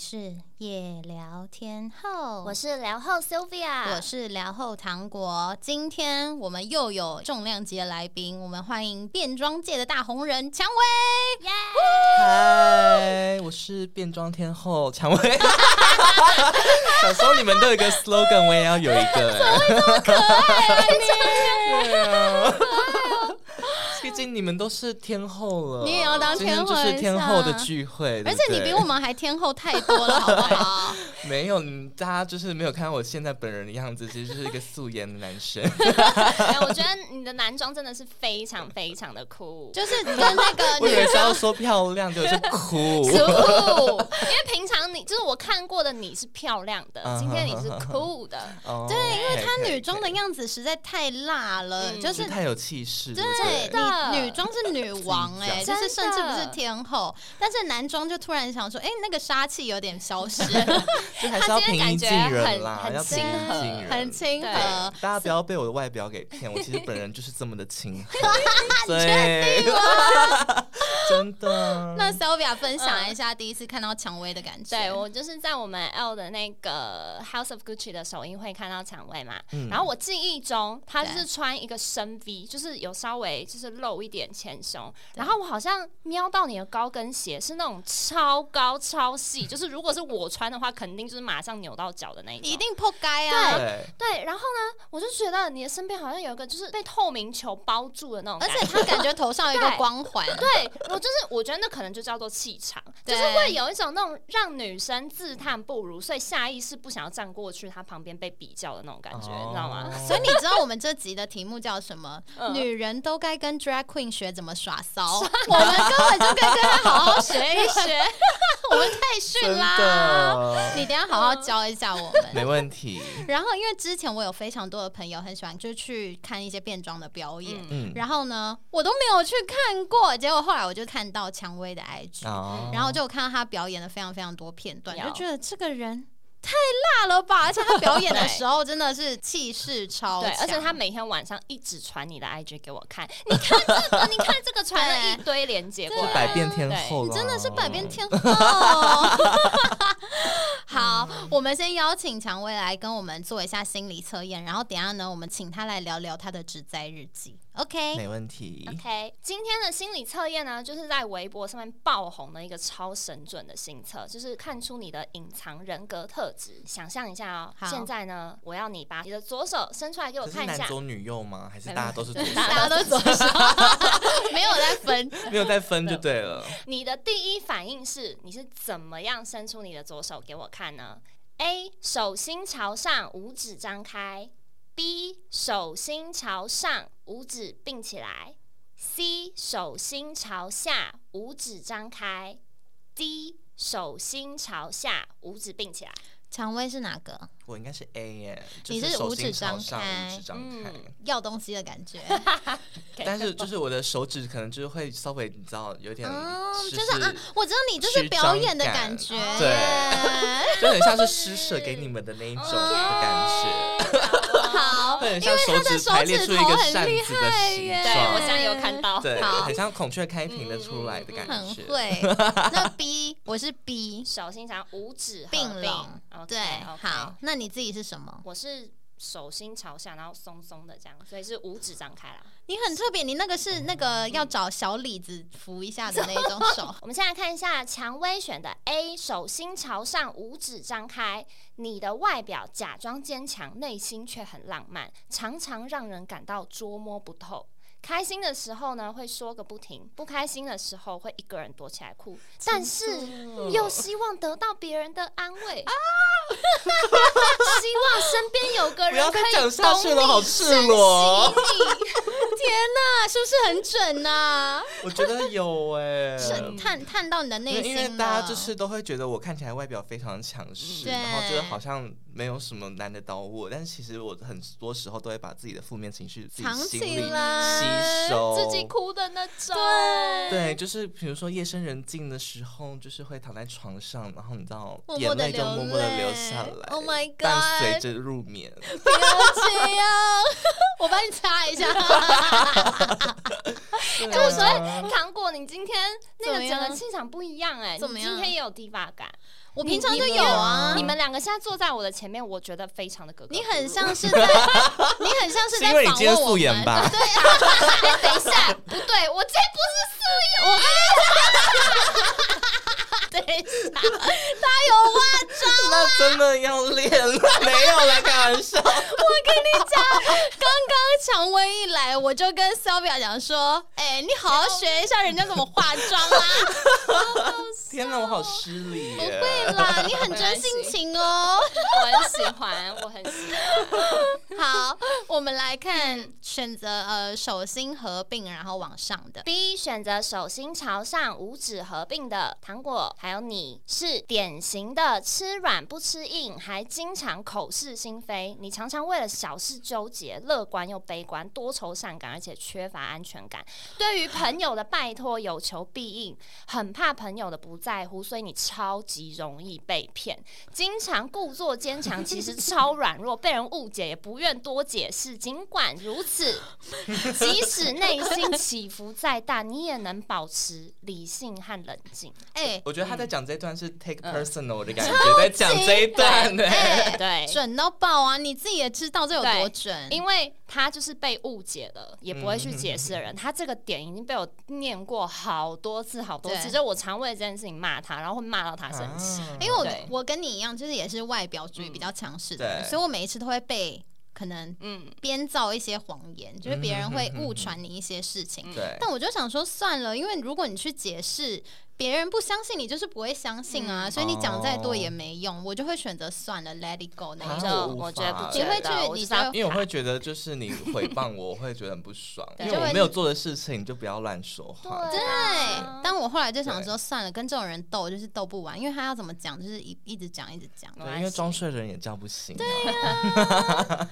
是夜聊天后，我是聊后 Sylvia，我是聊后糖果。今天我们又有重量级的来宾，我们欢迎变装界的大红人蔷薇。耶嗨，我是变装天后蔷薇。小时候你们都有一个 slogan，我也要有一个。哎对啊，毕竟你们都是天后了，你也要当今天天后就是一天下后的聚会。对而且不你比对我们还天后太多了，好不好？没有，你大家就是没有看到我现在本人的样子，其实就是一个素颜的 男生。哎我觉得你的男装真的是非常非常的酷， 就是跟那个 我以女为是要说漂亮，就是哭。 酷，因为平常你就是我看过的你是漂亮的，嗯今天你是酷的，对，对因为她女装的样样子实在太辣了，嗯就是子太有气势，对不对对。的你女装是女 王哎、自就己讲是甚至不真是的天后，但是男装就突然想说，哎、那个杀气有点消 失，就还是要他今平易天感觉近人啦，很很要平易亲和近人，很亲对和。大家不要被我的外表给骗，我其实本人就是这么的亲和。对， 真的。 那 Sylvia 分享一下第一次看到蔷薇的感觉。嗯对我就是在我们 L 的那个 House of Gucci 的首映会看到蔷薇嘛，嗯然后我记忆中她就对是穿一个深 V，就是有稍微就是露一点前胸，对然后我好像瞄到你的高跟鞋是那种超高超细，就是如果是我穿的话，肯定就是马上扭到脚的那一种。一定破该啊！对，对，然后呢，我就觉得你的身边好像有一个就是被透明球包住的那种而感觉，且她感觉头上有一个对光环，对我就是，我觉得那可能就叫做气场，就 是对会有一种那种让女生自叹不如，所以下意识不想要站过去，她旁边被比较的那种感觉，你知 道吗？哦所以你知道我们这集的题目叫什么？嗯女人都该跟 drag queen 学怎么耍骚， 我们根本就该跟她 好好学一学，我们太逊真啦！的你等一下好好教一下我们。没问题。然后，因为之前我有非常多的朋友很喜欢，就是去看一些变装的表演。嗯，嗯，然后呢，我都没有去看过，结果后来我就看到蔷薇的 IG，、哦嗯然后就看到她表演了非常非常多片段，有就觉得这个人太辣了吧！而且她表演的时候真的是气势超对强，，而且她每天晚上一直传你的 IG 给我看，你看这个，你看这个，传了一堆连 接过就来。百变天后你啦，真的是百变天后。 好，嗯我们先邀请蔷薇来跟我们做一下心理测验，然后等一下呢，我们请她来聊聊她的职灾日记。OK，没问题。 OK，今天的心理测验呢，就是在微博上面爆红的一个超神准的心测，就是看出你的隐藏人格特质。想象一下哦好，现在呢，我要你把你的左手伸出来给我可是看一男下，左女右吗？还是没有大家都是左？大大家都左手， 没有在分。没有再分就对了。你的第一反应是你是怎么样伸出你的左手给我看呢？A. 手心朝上，五指张开；B. 手心朝上，五指并起来；C. 手心朝下，五指张开；D. 手心朝下，五指并起来。蔷薇是哪个？我应该是 A 耶，就你是手五心指朝张上开五指张嗯开。要东西的感觉 OK，但 是就是我的手指可能就是会稍微你知道有点哦，湿就是啊湿，我知道你就是表演的感觉虚张感耶。就很像是施舍给你们的那一种的感觉，好，会哦很因像为手他的手排列指出一头个很扇厉子的害形耶，对状我，现在有看到对，好嗯很像孔雀开屏的出来的感很觉。 会。那 B 我是 B 手心朝五指合并拢并。，对 o k 好，，那你自己是什么？我是手心朝下，然后松松的这样，所以是五指张开啦。。你很特别，你那个是那个要找小李子扶一下的那一种 手我们现在看一下蔷薇选的 A，手心朝上，五指张开。你的外表假装坚强，内心却很浪漫，常常让人感到捉摸不透。开心的时候呢，会说个不停；不开心的时候，会一个人躲起来哭。但是嗯又希望得到别人的 安慰希望身边有个不要人再可以讲下去了，好赤裸哦。 天哪，是不是很准呐？我觉得 有哎，是探探到你的因内为因为心了。大家就是都会觉得我看起来外表非常强嗯势，对然后觉得好像没有什么难得倒我，但是其实我很多时候都会把自己的负面情绪自己藏心起里来吸收，自己哭的那种。对对，就是比如说夜深人静的时候，就是会躺在床上，然后你知道默默眼地泪就流默默的流泪下来 Oh my 伴 God 随着入 眠。啊 不要这样，我帮你擦一下。对啊就我觉得糖果，你今天那怎么个样整个气场不一样哎、怎么你样今天也有地霸感。我你平常你就们有啊。你们两个现在坐在我的前面，我觉得非常的格格不入。你很像是在，你很像是是在因为你访今天问我素们颜吧？对啊， 哎等一下，不对，我这 对，他有啊，那真的要练了，没有啦，开玩 笑。刚刚蔷薇一来，我就跟 Sylvia 讲说：“哎、你好好学一下人家怎么化妆啊啦、 天哪，我好失礼不耶！会啦，你很真性情哦。我很喜欢，我很喜欢。”好，我们来看选择呃手心合并然后往上的。 B 选择手心朝上、五指合并的糖果，还有你是典型的吃软不吃硬，还经常口是心非。你常常为了小事纠结，乐观又悲观，多愁善感，而且缺乏安全感。对于朋友的拜托有求必应，很怕朋友的不在乎，所以你超级容易被骗。经常故作坚强，其实超软弱，被人误解也不愿多解释。尽管如此， 即使内心起伏再大，你也能保持理性和冷 静。哎、我觉得他在讲这段是 take 嗯 personal 的感觉，在讲这一段呢。 哎对，准到爆啊！你自己也知道这有多准，因为他就是被误解了，也不会去解释嗯的人。他这个点已经被我念过好多次、好多次，对就我常为这件事情骂他，然后会骂到他生气。啊哎因为我对我跟你一样，就是也是外表主义比较强势的人，嗯对所以我每一次都会被可能嗯，编造一些谎言，就是别嗯人会误传你一些事情。对，但我就想说，算了，因为如果你去解释，别人不相信你，就是不会相信啊，嗯所以你讲再多也没哦用，我就会选择算了，let it go 那啊一你种。就我无我觉得法不你觉会得去我你就是要就因为我会觉得就是你诽谤我，我会觉得很不爽， 对因为就我会没有做的事情就不要乱说话。对啊对，但我后来就想说，算了，跟这种人斗就是斗不完，因为他要怎么讲，就是一一直讲，一直 讲。对，因为装睡的人也叫不醒啊。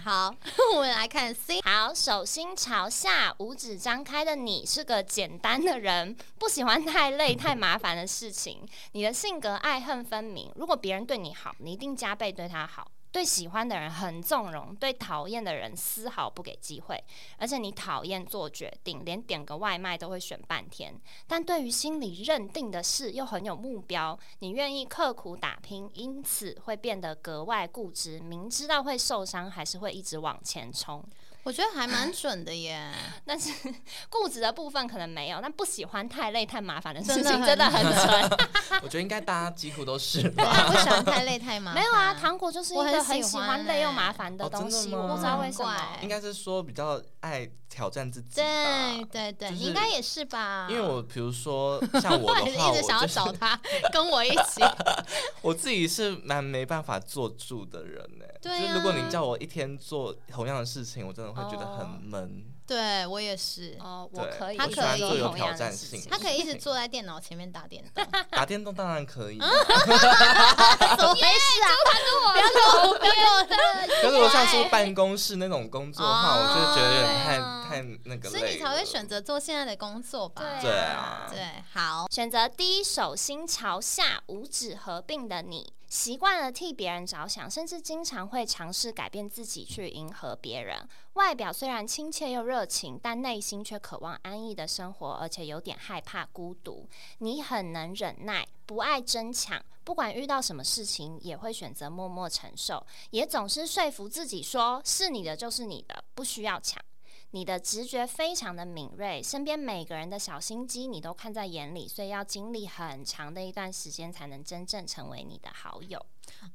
好， 我们来看 C，好，手心朝下，五指张开的你是个简单的人，不喜欢太累、太麻烦的事情。 你的性格爱恨分明，如果别人对你好，你一定加倍对他好。对喜欢的人很纵容，对讨厌的人丝毫不给机会，而且你讨厌做决定，连点个外卖都会选半天。但对于心里认定的事又很有目标，你愿意刻苦打拼，因此会变得格外固执，明知道会受伤，还是会一直往前冲。我觉得还蛮准的 耶。但是 固执的部分可能没有，但不喜欢太累、太麻烦的事真的情很真的很 蠢。啊我觉得应该大家几乎都是对吧。啊，不喜欢太累太麻烦。没有啊， 糖果就是一我很个喜很喜欢欢累又麻欸烦的哦真东的西，吗我不知道为什么怪。应该是说比较爱挑战自己吧对。对对，就是你应该也是吧？因为我比如说像我 你的话，一我直想要就是找他跟我一起， 我自己是蛮没办法坐住的人呢、对就是啊如果你叫我一天做同样的事情，我真的会觉得哦很闷。对我也是。哦，我对，可以，他我喜可欢以做做有同挑样的战事性情的。他可以一直事情坐在电脑 前面打电动，打电动，当然可以。啊啊怎么回事啊？不要跟我，不要跟我。可是我像说办公室那种工作的话，哦我就觉得有点太对太那个哦所累了。以你才会选择做现在的工作吧？对啊，对，好，选择第一手心朝下、五指合并的你，习惯了替别人着想，甚至经常会尝试改变自己去迎合别人。外表虽然亲切又热情，但内心却渴望安逸的生活，而且有点害怕孤独。你很能忍耐，不爱争抢。不管遇到什么事情，也会选择默默承受，也总是说服自己说是你的就是你的，不需要抢。你的直觉非常的敏锐，身边每个人的小心机你都看在眼里，所以要经历很长的一段时间才能真正成为你的好友。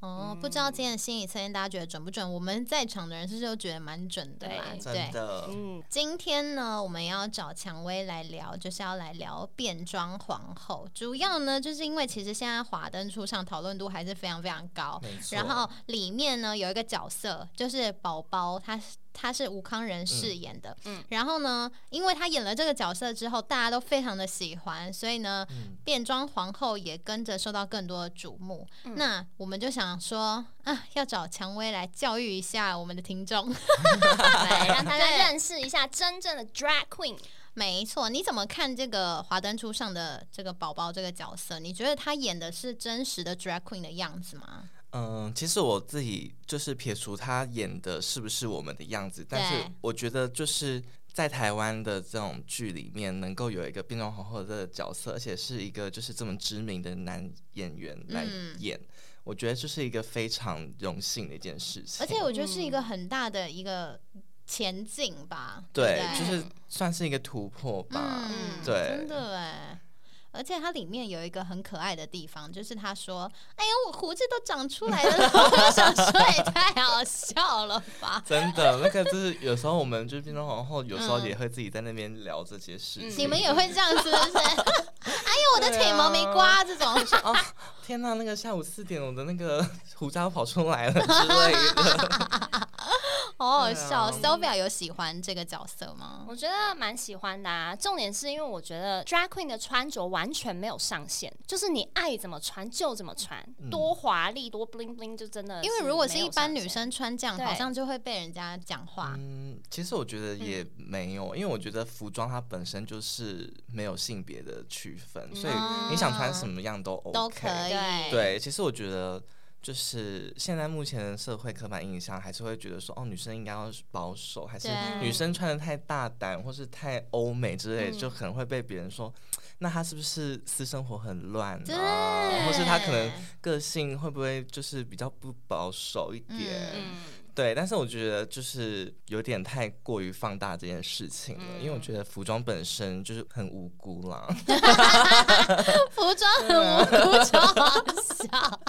哦，不知道今天的心理测验大家觉得准不准？我们在场的人是不是都觉得蛮准的啦？对对真。的。嗯，今天呢，我们要找蔷薇来聊，就是要来聊变装皇后。主要呢，就是因为其实现在华灯初上，讨论度还是非常非常高。没错然后里面呢有一个角色，就是宝宝，他他是吴康仁饰演的。嗯嗯然后呢，因为他演了这个角色之后，大家都非常的喜欢，所以呢，嗯变装皇后也跟着受到更多的瞩目。嗯那我们就想说啊，要找蔷薇来教育一下我们的听众。 对，让大对家认识一下真正的 drag queen。没错，你怎么看这个《华灯初上》的这个宝宝这个角色？你觉得他演的是真实的 drag queen 的样子吗？嗯，其实我自己就是撇除他演的是不是我们的样子，但是对我觉得就是在台湾的这种剧里面，能够有一个变装皇后的角色，而且是一个就是这么知名的男演员来嗯演，我觉得这是一个非常荣幸的一件事而情。且我觉得是一个很大的一个前进吧，对不，就对是算是一个突破吧。嗯，对真的哎。而且它里面有一个很可爱的地方，就是他说：“哎呀，我胡子都长出来了。”然后我就想说，也太好笑了吧！真的，那个就是有时候我们就是变装皇后，有时候嗯也会自己在那边聊这些事嗯啊情。你们也会这样是不是？ 哎呀，我的腿毛没刮，啊 这种哦，天呐，那个下午四点，我的那个 胡渣跑出来了之类的。好好笑。对啊 Sylvia 有喜欢这个角色吗？我觉得蛮喜欢的啊，重点是因为我觉得 drag queen 的穿着完全没有上限，就是你爱怎么穿就怎么穿，嗯多华丽多 bling bling 就真的。因为如果是一般女，生穿这样，对好像就会被人家讲话。嗯，其实我觉得也嗯没有，因为我觉得服装它本身就是没有性别的区分，所以你想穿什么样都 OK。嗯都可以对对，其实我觉得。就是现在目前的社会刻板印象，还是会觉得说，哦，女生应该要保守，还是对女生穿的太大胆或是太欧美之类，嗯就可能会被别人说，那她是不是私生活很乱对啊？或是她可能个性会不会就是比较不保守一点？嗯嗯，对，但是我觉得就是有点太过于放大这件事情了，因为我嗯觉得服装本身就是很无辜啦。 服装很无辜，超好笑。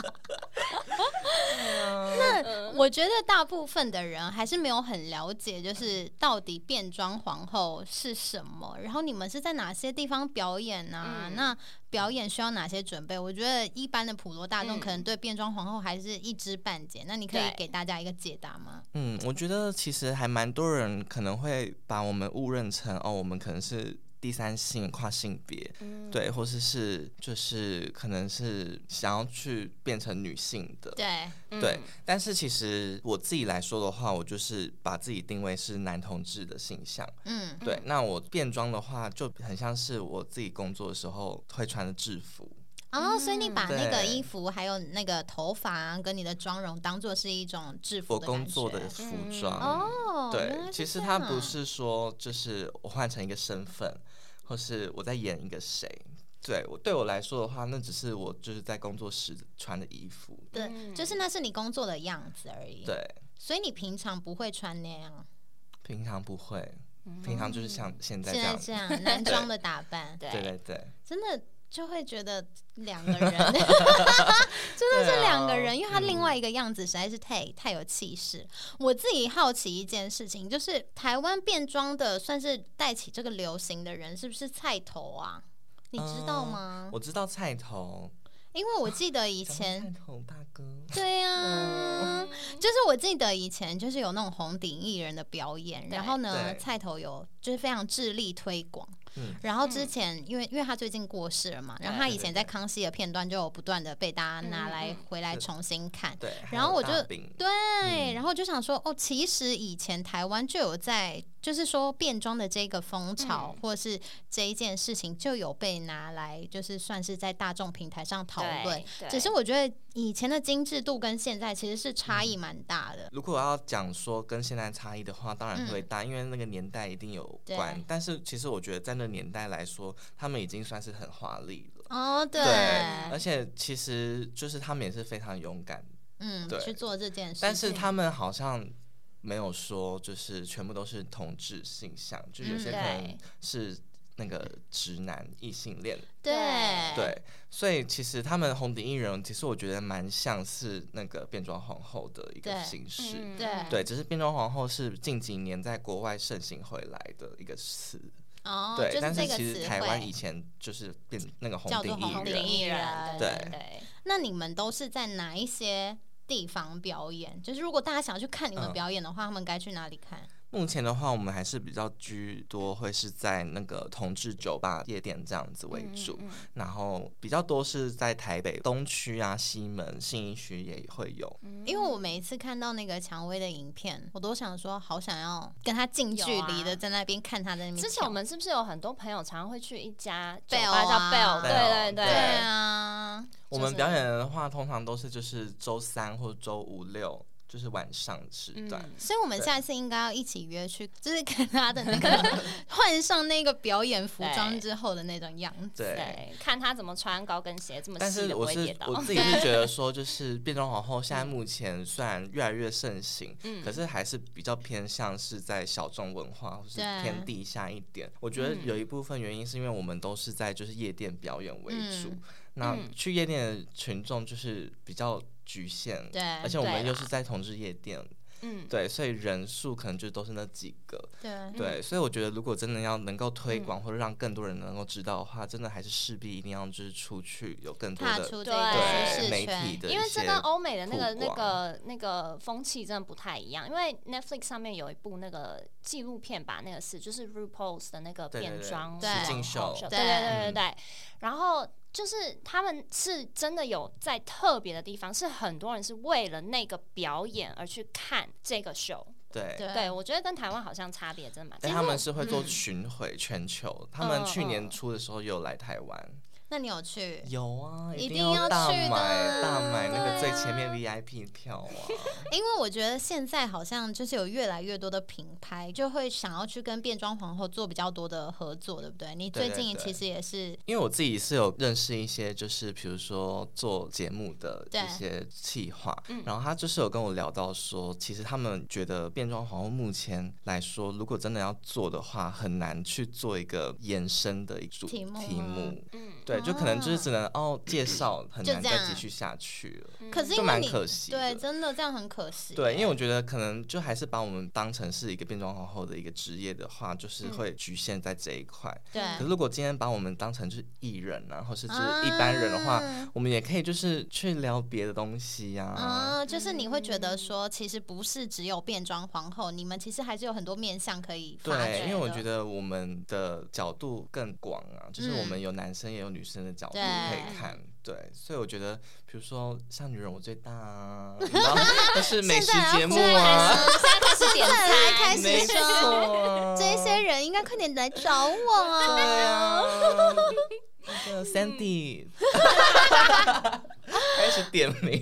嗯我觉得大部分的人还是没有很了解，就是到底变装皇后是什么，然后你们是在哪些地方表演啊？嗯那表演需要哪些准备？我觉得一般的普罗大众嗯可能对变装皇后还是一知半解，那你可以对给大家一个解答吗？嗯，我觉得其实还蛮多人可能会把我们误认成哦，我们可能是第三性跨性别，嗯对，或者是就是可能是想要去变成女性的，对，对，嗯但是其实我自己来说的话，我就是把自己定位是男同志的形象。嗯，对，那我变装的话，就很像是我自己工作的时候会穿的制服。嗯哦，所以你把那个对衣服还有那个头发啊跟你的妆容当做是一种制服我的感工作的觉服嗯装。哦，原来对，是其实这它样不是说就是我换成一个身份，或是我在演一个谁。对我对我来说的话，那只是我就是在工作时穿的衣服。嗯对，就是那是你工作的样子而已。对，所以你平常不会穿那样，平常不会，平常就是像现在嗯现这在样。这 样男装的打扮，对对对对，真的就会觉得两 个人， 真的是两个人，对啊因为他另外一个样子实在是太太有气势。我自己好奇一件事情，就是台湾变装的算是带起这个流行的人，是不是菜头啊？你知嗯道吗？我知道菜头，因为我记得嗯以讲到前菜头大哥，对呀、就是我记得以前就是有那种红顶艺人的表演，对然后呢，对菜头有就是非常致力推广。嗯然后之前，因为因为他最近过世了嘛，然后他对以前对在《康熙》的片段就有不断的被大家拿嗯来嗯回来是重新看。对，还然后有我大就饼对，嗯然后就想说，哦，其实以前台湾就有在，就是说变装的这个风潮，或是这一件事情，就有被拿来，就是算是在大众平台上讨论。，对只是我觉得以前的精致度跟现在其实是差嗯异蛮大的。如果要讲说跟现在差异的话，当然嗯会大，因为那个年代一定有关对。但是其实我觉得在那年代来说，他们已经算是很华丽了。哦，对，而且其实就是他们也是非常勇敢，嗯，对去做这件事情，但是他们好像没有说就是全部都是同志性向，就有些嗯可能对是那个直男异性恋，对哎对，所以其实他们红顶艺人，其实我觉得蛮像是那个变装皇后的一个对形式。嗯对对，只是变装皇后是近几年在国外盛行回来的一个词，哦，对，就但这是个其词实台湾以汇。前就是变那个红叫做顶红艺顶人，艺人对对，那你们都是在哪一些地方表演？就是如果大家想要去看你们嗯表演的话，他们该去哪里看？目前的话，我们还是比较居多，会是在那个同志酒吧、夜店这样子为嗯主，然后比较多是在台北东区啊、西门、信义区也会有。因为我嗯每一次看到那个蔷薇的影片，我都想说，好想要跟他近距离有的啊在那边看他在那边跳。之前我们是不是有很多朋友常常会去一家酒 Bell 吧叫啊 Bell？对对对对对，啊，我们表演的话，通常都是就是周三或周五六就是晚上时段。嗯所以我们对下次应该要一起约去，就是跟他的那 个换上那个表演服装之后的那种样子。对，对，看他怎么穿高跟鞋，这么但细是的不我会跌是倒。我自己是觉得说，就是变装皇后现在目前虽然越来越盛行， 嗯可是还是比较偏向是在小众文化或是对偏地下一点。我觉得嗯有一部分原因是因为我们都是在就是夜店表演为主，嗯那嗯去夜店的群众就是比较局限，对而且我对们又啦是在同志夜店，嗯，对，所以人数可能就都是那几个，对对，所以我觉得如果真的要能够推嗯广或者让更多人能够知道的话，真的还是势必一定要就是出去有更多踏的出这对个舒对适媒圈体。的一些，因为这跟欧美的那曝个那光个那个风气真的不太一样，因为 Netflix 上面有一部那个纪录片吧，那个是就是 RuPaul's 的那个对对变对装对皇实境后秀对对对对对，然后。就是他们是真的有在特别的地方，是很多人是为了那个表演而去看这个秀。对。对对嗯我觉得跟台湾好像差别真的蛮大。但他们是会做嗯巡回全球，他们去嗯年初的时候有来台湾，那你有去？有啊，嗯一定定要大去的买大买那对个最前啊面 VIP 票啊， 因为我觉得现在好像就是有越来越多的品牌就会想要去跟变装皇后做比较多的合作，对不对？你对最对近对其实也是因为我自己是有认识一些，就是比如说做节目的对一些企划嗯，然后他就是有跟我聊到说，其实他们觉得变装皇后目前来说，如果真的要做的话，很难去做一个延伸的一主题目吗目嗯对，就可能就是啊只能哦介绍，很就难这再样继续下去了，嗯可是因就为蛮你可惜对，的真的这样很可惜。对，因为我觉得可能就还是把我们当成是一个变装皇后的一个职业的话，就是嗯会局限在这一块。对，可是如果今天把我们当成是艺人啊，或是就是一般人的话，啊我们也可以就是去聊别的东西呀、啊，就是你会觉得说，其实不是只有变装皇后，你们其实还是有很多面向可以发掘对，的。因为我觉得我们的角度更广啊，就是我嗯们有男生也有女生的角度可对以看。对，所以我觉得，比如说像女人我最大啊，然后但是美食节目啊，开 始点再来开始没说错，这些人应该快点来找我 啊！对啊， 那个 Sandy 开始点名。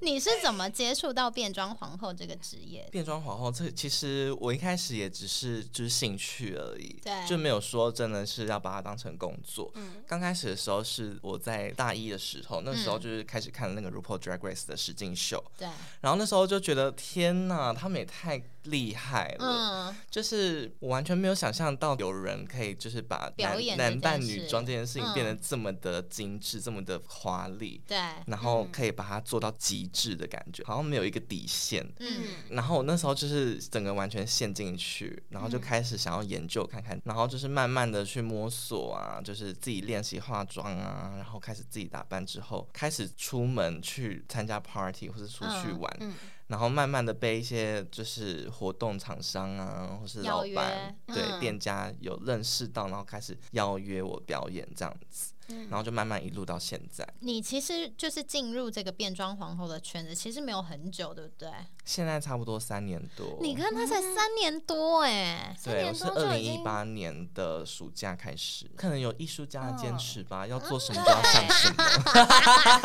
你是怎么接触到变装皇后这个职业的？变装皇后，这其实我一开始也只是就是兴趣而已，对就没有说真的是要把它当成工作。嗯刚开始的时候是我在大一的时候，那时候嗯就是开始看那个 RuPaul Drag Race 的实境秀，对，然后那时候就觉得天呐，他们也太厉害了，嗯，就是我完全没有想象到有人可以就是把表男演这男件扮事女装这件事情嗯变得这么的精致，这么的华丽。对，然后嗯可以把它做到极致的感觉，好像没有一个底线。嗯，然后我那时候就是整个完全陷进去，然后就嗯开始想要研究看看，然后就是慢慢的去摸索啊，就是自己练习化妆啊，然后开始自己打扮之后，开始出门去参加 party 或是出去嗯玩，嗯然后慢慢的被一些就是活动厂商啊，或是老邀板约对、嗯店家有认识到，然后开始邀约我表演这样子，嗯然后就慢慢一路到现在，你其实就是进入这个变装皇后的圈子，其实没有很久，对不对？现在差不多三年多。你看他才三年多，哎，三嗯对，年我是多就二已零一经八年的暑假开始，可能有艺术家的哦坚嗯持吧，啊要做什么就要上什么。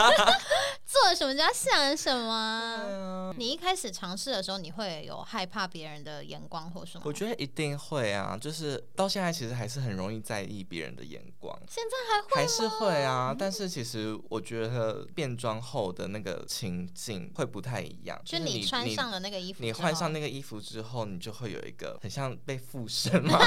做什么就要想什么。嗯你一开始尝试的时候，你会有害怕别人的眼光或什么吗？ 我觉得一定会啊，就是到现在其实还是很容易在意别人的眼光，现在还会还是会啊。但是其实我觉得变装后的那个情境会不太一样，就是你你穿上。了那个衣服之后，你你换上那个衣服之后，你就会有一个很像被附身 嘛，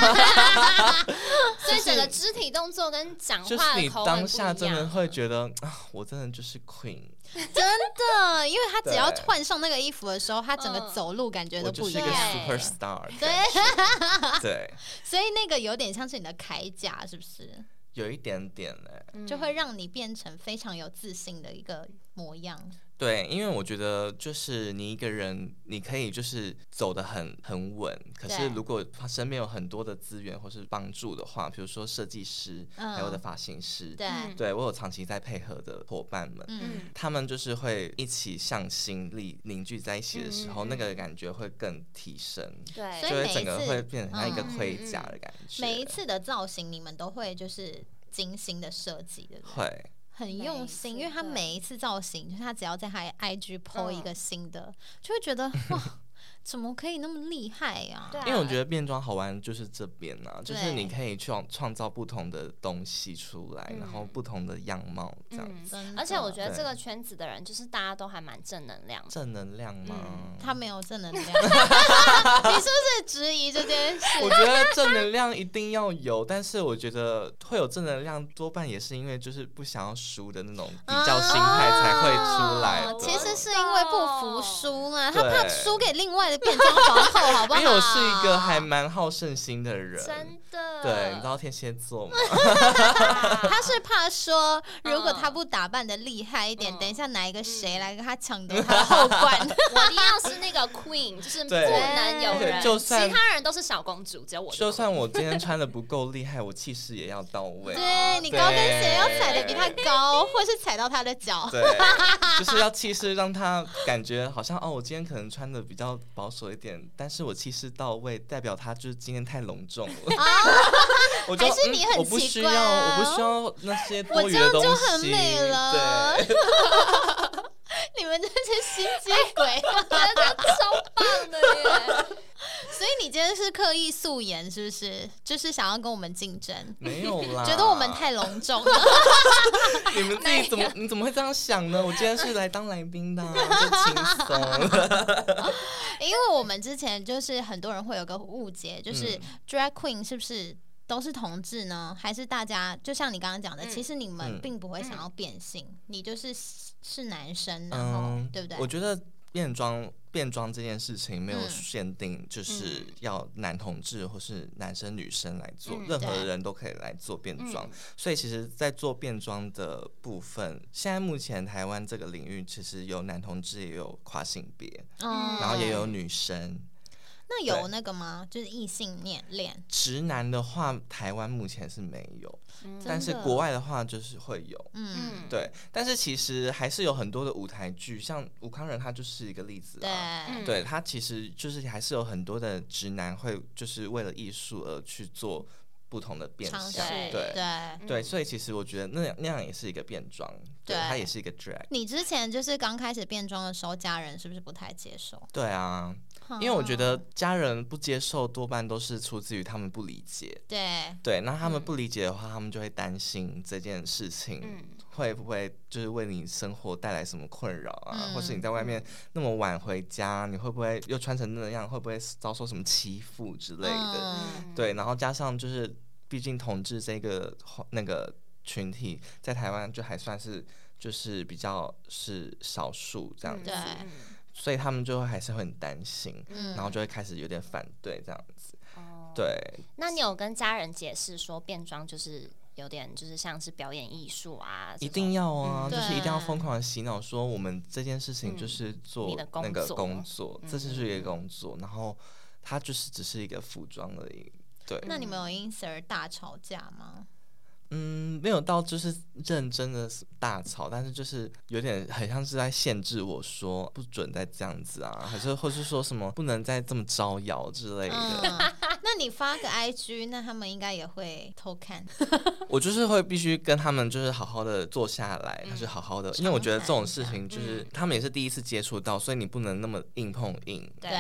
所以整个肢体动作跟讲 就话是的你口吻当不下一真的样会觉得啊，我真的就是 queen，真的，因为他只要对换上那个衣服的时候，他整个嗯走路感觉我都就不一是一个样， super star。对， 对， 所以那个有点像是你的铠甲，是不是？有一点点哎、嗯就会让你变成非常有自信的一个模样。嗯对，因为我觉得就是你一个人，你可以就是走得很很稳，可对是如果他身边有很多的资源或是帮助的话，比如说设计师，还有我的嗯发型师，对，嗯对我有长期在配合的伙伴们。嗯，他们就是会一起向心力凝聚在一起的时候，嗯嗯嗯那个感觉会更提升，对，所就以会每一整个次会变成像一个嗯盔甲的感觉。每一次的造型你们都会就是精心的设计，对不对？会，很用心，每一次嗯因为他对每一次造型，就是他只要在他 IG PO 一个新的，就会觉得哇，怎么可以那么厉害呀、对啊因为我觉得变装好玩就是这边呐、就是对你可以创创造不同的东西出来，然后嗯不同的样貌这样。嗯真的而且我觉得对这个圈子的人，就是大家都还蛮正能量的。正能量吗？他没有正能 量，你是不是质疑这件事？我觉得正能量一定要有，但是我觉得会有正能量，多半也是因为就是不想要输的那种比较心态才会出来的。哦其实是因为不服输啦，他对怕输给另外的变装皇后，好 不好？因为我是一个还蛮好胜心的人，真的，对，你知道天蝎座吗？他是怕说，如果嗯他不打扮的厉害一点，嗯等一下哪一个谁来跟他抢夺他的后 冠？ 我一定要是那个 queen，就是不对能有而人，且就其算他人都是小公主，只有我 是就 queen 算我今天穿的不够厉害，我气势也要到 位。对你高跟鞋要踩的比他高，或是踩到他的脚。 对，就是要气势让他感觉好像哦，我今天可能穿的比较保守一点，但是我气势到位，代表他就是今天太隆重了。 我就啊还是你很嗯我不奇需怪要，啊我不需要那些我多余这的样东西。就很美了对，你们这些心机鬼，真的超棒的耶！ 所以你今天是刻意素颜，是不是？就是想要跟我们竞争， 没有啦。觉得我们太隆重了。你们自己怎么你怎么会这样想呢？我今天是来当来宾 的啊、就轻松。因为我们之前就是很多人会有个误解，就是嗯 drag queen 是不是都是同志呢？还是大家就像你刚刚讲的，嗯其实你们嗯并不会想要变性，你就是是男生，然后、嗯，对不对我？觉得变装变装这件事情没有嗯限定，就是要男同志或是男生女生来做，嗯任对何人都可以来做变装。嗯所以其实，在做变装的部分，现在目前台湾这个领域其实有男同志，也有跨性别，嗯然后也有女生。那有对那个吗？就是异性恋恋，直男的话，台湾目前是没有， 嗯但是真的国外的话就是会有。嗯，嗯，对，但是其实还是有很多的舞台剧，像吴康仁他就是一个例子对，啊。嗯对他其实就是还是有很多的直男会就是为了艺术而去做不同的变尝试相，对对。对嗯对，所以其实我觉得那样那样也是一个变装，对，对他也是一个 drag，你之前就是刚开始变装的时候，家人是不是不太接受？嗯对啊，因为我觉得家人不接受多半都是出自于他们不理解，对，对，那他们嗯不理解的话，他们就会担心这件事情嗯会不会就是为你生活带来什么困扰啊，或是嗯你在外面那么晚回家，你会不会又穿成那样，会不会遭受什么欺负之类的？嗯对，然后加上就是，毕竟同志这个话那个群体在台湾就还算是就是比较是少数这样嗯子，对所以他们就会还是会很担心，嗯然后就会开始有点反对这样子。哦对，那你有跟家人解释说变装就是有点就是像是表演艺术啊，一定要啊，嗯就是一定要对疯狂的洗脑，说我们这件事情就嗯是做你的那工个作工作，这就是一嗯嗯个工作，然后它就是只是一个服装而已。对，那你们有因此而大吵架吗？嗯，没有到就是认真的大吵，但是就是有点很像是在限制我说不准再这样子啊，还是或是说什么不能再这么招摇之类的。嗯，那你发个 IG，那他们应该也会偷 看。我就是会必须跟他们就是好好的坐下来，还是好好的，嗯因为我觉得这种事情就是他们也是第一次接触到，所以你不能那么硬碰硬。对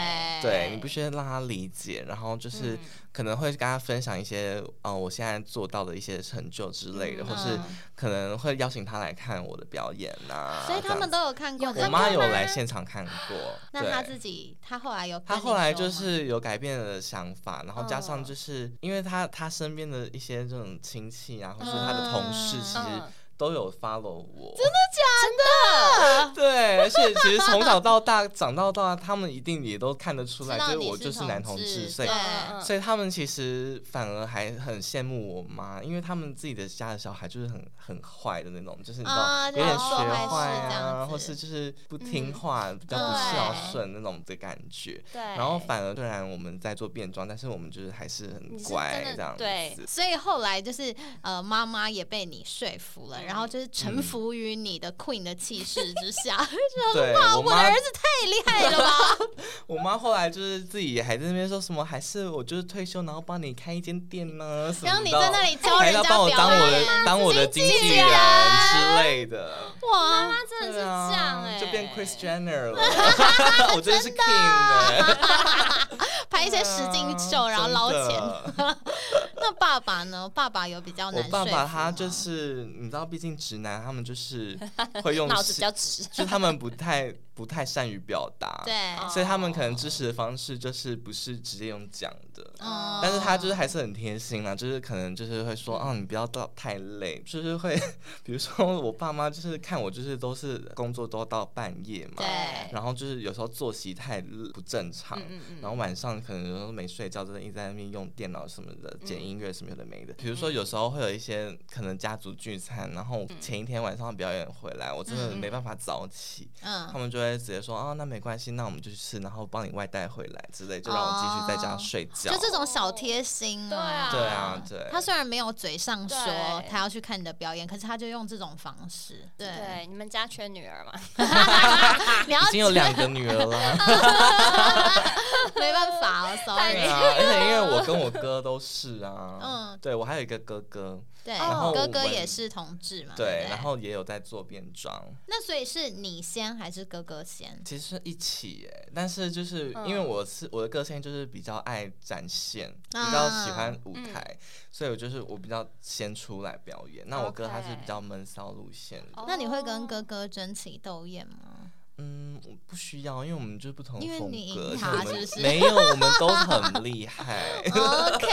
对你必须让他理解，然后嗯就是可能会跟他分享一些，呃，我现在做到的一些成就之类的，嗯或是可能会邀请他来看我的表演呐、所以哦他们啊这样子都有看过有吗。我妈有来现场看过，那他对自己，他后来有跟她你后来说就吗哦是有改变了想法，然后加上嗯就是因为她她身边的一些这种亲戚啊，或是她的同事，其实嗯都有 follow 我，真的假的？对，而且其实从小到大长到大，他们一定也都看得出来，知道就是你我就是同男同志，志，所以对嗯所以他们其实反而还很羡慕我妈，因为他们自己的家的小孩就是很很坏的那种，就是你知道、啊有点学老师坏还是这样啊，子或是就是不听话、比较不孝顺那种的感觉。对，然后反而虽然我们在做变装，但是我们就是还是你很是乖真的这样对子。所以后来就是呃，妈妈也被你说服了，嗯然后就是臣服于你的 queen 的气势之下。嗯 对哇，我我的妈儿子太厉害了吧！我妈后来就是自己还在那边说什么，还是我就是退休，然后帮你开一间店呢，什么的然后你在那里教还人家要帮我当表我演，的当我的经纪人啊之类的， 哇，妈真的是对这样哎、啊，就变 Chris Jenner 了，我真是 King 欸啊了，拍一些实境秀，然后捞钱。钱。那爸爸呢？爸爸有比较我难爸爸他说就服吗啊是，你知道，毕竟直男他们就是会用 脑子比心，较直。就他们不太不太善于表达，，对，啊哦所以他们可能支持的方式就是不是直接用讲的，嗯但是他就是还是很贴心啦，就是可能就是会说，啊，你不要到太累，就是会， 比如说我爸妈就是看我就是都是工作都到半夜嘛，对然后就是有时候作息太不正常，嗯嗯然后晚上可能有时候没睡觉，真的一直在那边用电脑什么的，剪音乐什么有的没的。比如说有时候会有一些可能家族聚餐，然后前一天晚上表演回来，我真的没办法早起，他嗯，们就会直接说啊，那没关系，那我们就去吃，然后帮你外带回来之类，就让我继续在家睡觉。就这种小贴心对啊对啊，对。他虽然没有嘴上说对他要去看你的表演，可是他就用这然后这种方式。对，对，你们家缺女儿嘛？你要已经有两个女儿了， 没办法哦对，sorry。啊，而且因为我跟我哥都是啊，嗯嗯，对我还有一个哥哥，对然后，哥我哥们也是同志嘛。嗯对对不，对，然后也有在做变装，那所以是你先还是哥哥先？其实是一起耶，但是就是嗯因为我是我的个性就是比较爱展现，啊嗯比较喜欢舞台，所以我就是我比较先出来表演。那我哥他是比较闷骚路线的，那你会跟哥哥争奇斗艳吗？嗯，我不需要，因为我们就是不同的因为风你赢格，而且他我们是不是没有，我们都很 厉害。 OK，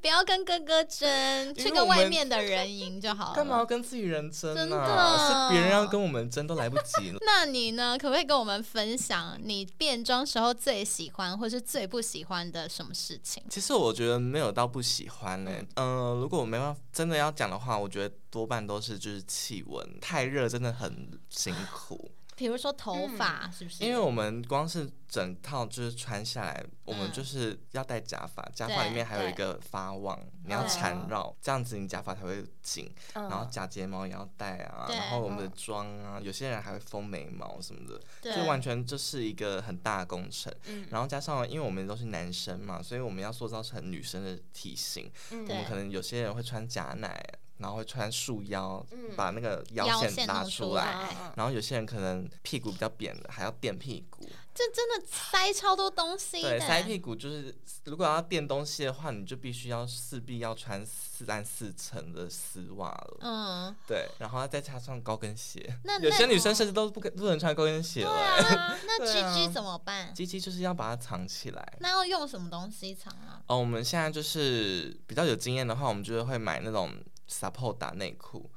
不要跟哥哥争， 因去为跟我们外面的人赢就好了。干嘛要跟自己人争哦真的。啊？是别人要跟我们争都来不及了那你呢？可不可以跟我们分享你变装时候最喜欢或是最不喜欢的什么事情？其实我觉得没有到不喜欢呢、嗯、如果我没办法真的要讲的话，我觉得多半都是就是气温太热，真的很辛苦。比如说头发、是不是？因为我们光是整套就是穿下来，我们就是要戴假发，假发里面还有一个发网，你要缠绕，这样子你假发才会紧。嗯然后假睫毛也要戴啊，对然后我们的妆啊，有些人还会封眉毛什么的，对就完全就是一个很大的工程。嗯然后加上，因为我们都是男生嘛，所以我们要塑造成女生的体型。嗯我们可能有些人会穿假奶，然后会穿束腰，把那个腰嗯腰线线拉弄出出来来。嗯嗯然后有些人可能屁股比较扁的，还要垫屁股。这真的塞超多东西的，对，塞屁股就是，如果要垫东西的话，你就必须要势必要穿四三四层的丝袜了。嗯，对，然后再加上高跟鞋那，有那些女生甚至都不可不能穿高跟嗯鞋了、欸。啊，那对啊 G G 怎么办？鸡鸡就是要把它藏起来。那要用什么东西藏啊？哦，我们现在就是比较有经验的话，我们就是会买那种 support 打内裤，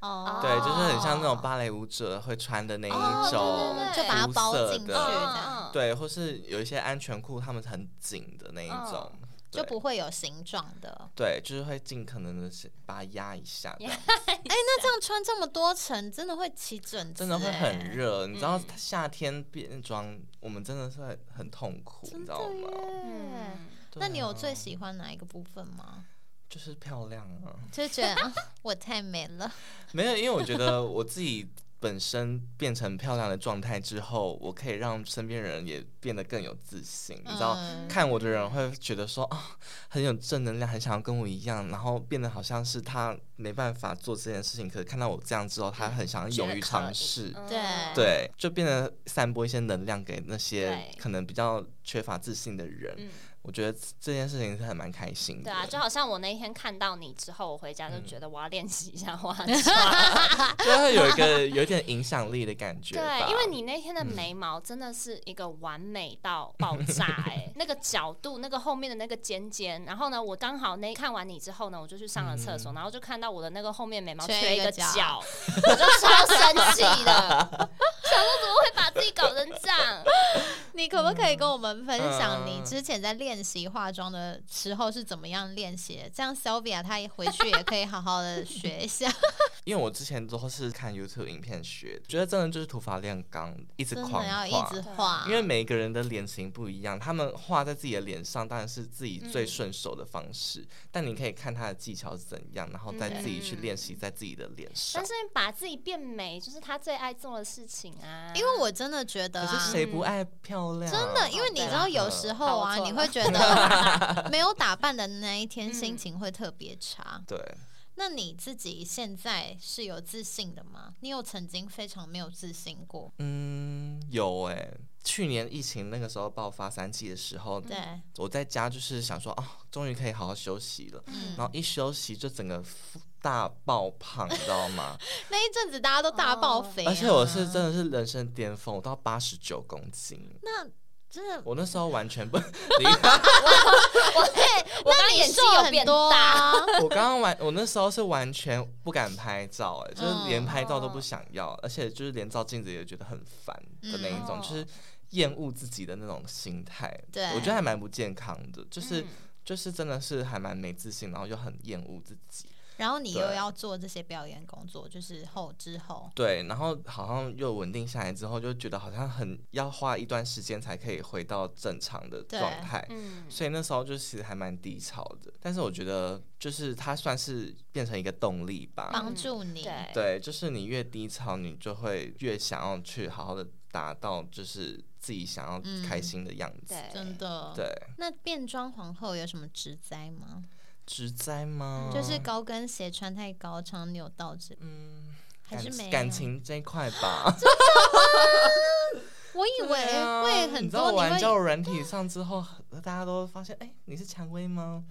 哦，对，就是很像那种芭蕾舞者会穿的那哦一种，对对对就把它肤包色进去的啊嗯的，对，啊或是有一些安全裤，他们很紧的那一种，嗯就对不会有形状的。对，就是会尽可能的是把它压一下这样，哎，那这样穿这么多层，真的会起疹子，欸真的会很。热，你嗯知道夏天变装，我们真的是很很痛苦，你知道吗？对，嗯对那你有啊最喜欢哪一个部分吗？就是漂亮啊，就是 觉得、啊、我太美了，没有，因为我觉得我自己本身变成漂亮的状态之后，我可以让身边人也变得更有自信。你知道，嗯看我的人会觉得说啊、很有正能量，很想要跟我一样，然后变得好像是他没办法做这件事情，可是看到我这样之后，他很想要勇于尝试。嗯对对，就变得散播一些能量给那些对可能比较缺乏自信的人。嗯我觉得这件事情是还蛮开心的。对啊，就好像我那一天看到你之后，我回家就嗯觉得我要练习一 下花就会有一个有点影响力的感觉吧。对，因为你那天的嗯眉毛真的是一个完美到爆 炸哎、那个角度，那个后面的那个尖尖，然后呢，我刚好那看完你之后呢，我就去上了厕所，然后就看到我的那个后面眉毛嗯缺缺一一个个角角，我就超生气的， 想说怎么会把自己搞成这样？ 你可不可以跟我们分享你嗯之前在练习化妆的时候是怎么样练习的？这样 Sylvia 她也回去也可以好好的学一下。因为我之前都是看 YouTube 影片学，觉得真的就是土法炼钢，一 直真狂的要一画。直画，因为每个人的脸型不一样，他们画在自己的脸上当然是自己最嗯顺手的方式，但你可以看他的技巧是怎样，然后再自己去练习嗯在自己的脸上但。是把自己变美，就是他最爱做的事情啊。因为我真的觉得可是啊。谁不爱漂亮？啊真的，因为你知道，有时候啊，好我错了嗯你会觉 得没有打扮的那一天心情会特别差。对，那你自己现在是有自信的吗？你有曾经非常没有自信过？嗯，有哎、去年疫情那个时候爆发三级的时候，嗯对，我在家就是想说啊，终于可以好好休息了。嗯，然后一休息就整个大爆胖，你知道 吗？那一阵子大家都大哦爆肥、啊而且我是真的是人生巅峰，我到八十九公斤，那真的，我那时候完全不理。 我我刚那刚你眼瘦睛有很变多大，啊，我刚刚完，我那时候是完全不敢拍照、哎，就是连嗯拍照都不想要，而且就是连照镜子也觉得很烦的那一种，嗯就是厌恶自己的那种心态。对我觉得还蛮不健康的，就是、嗯就是真的是还蛮没自信，然后又很厌恶自己。然后你又对要做这些表演工作，就是后之后，对，然后好像又稳定下来之后，就觉得好像很要花一段时间才可以回到正常的对状态。嗯，所以那时候就其实还蛮低潮的，但是我觉得就是它算是变成一个动力吧。帮助你。对，对，就是你越低潮，你就会越想要去好好的达到就是自己想嗯要开心的样子。对，真的。对，那变装皇后有什么职灾吗？职灾吗？就是高跟鞋穿太高，常扭到这，嗯，还感是没有感？情这一块吧。我以为对啊会很你知道多，玩你交会啊友软体上之后，大家都发现，哎、你是蔷薇吗？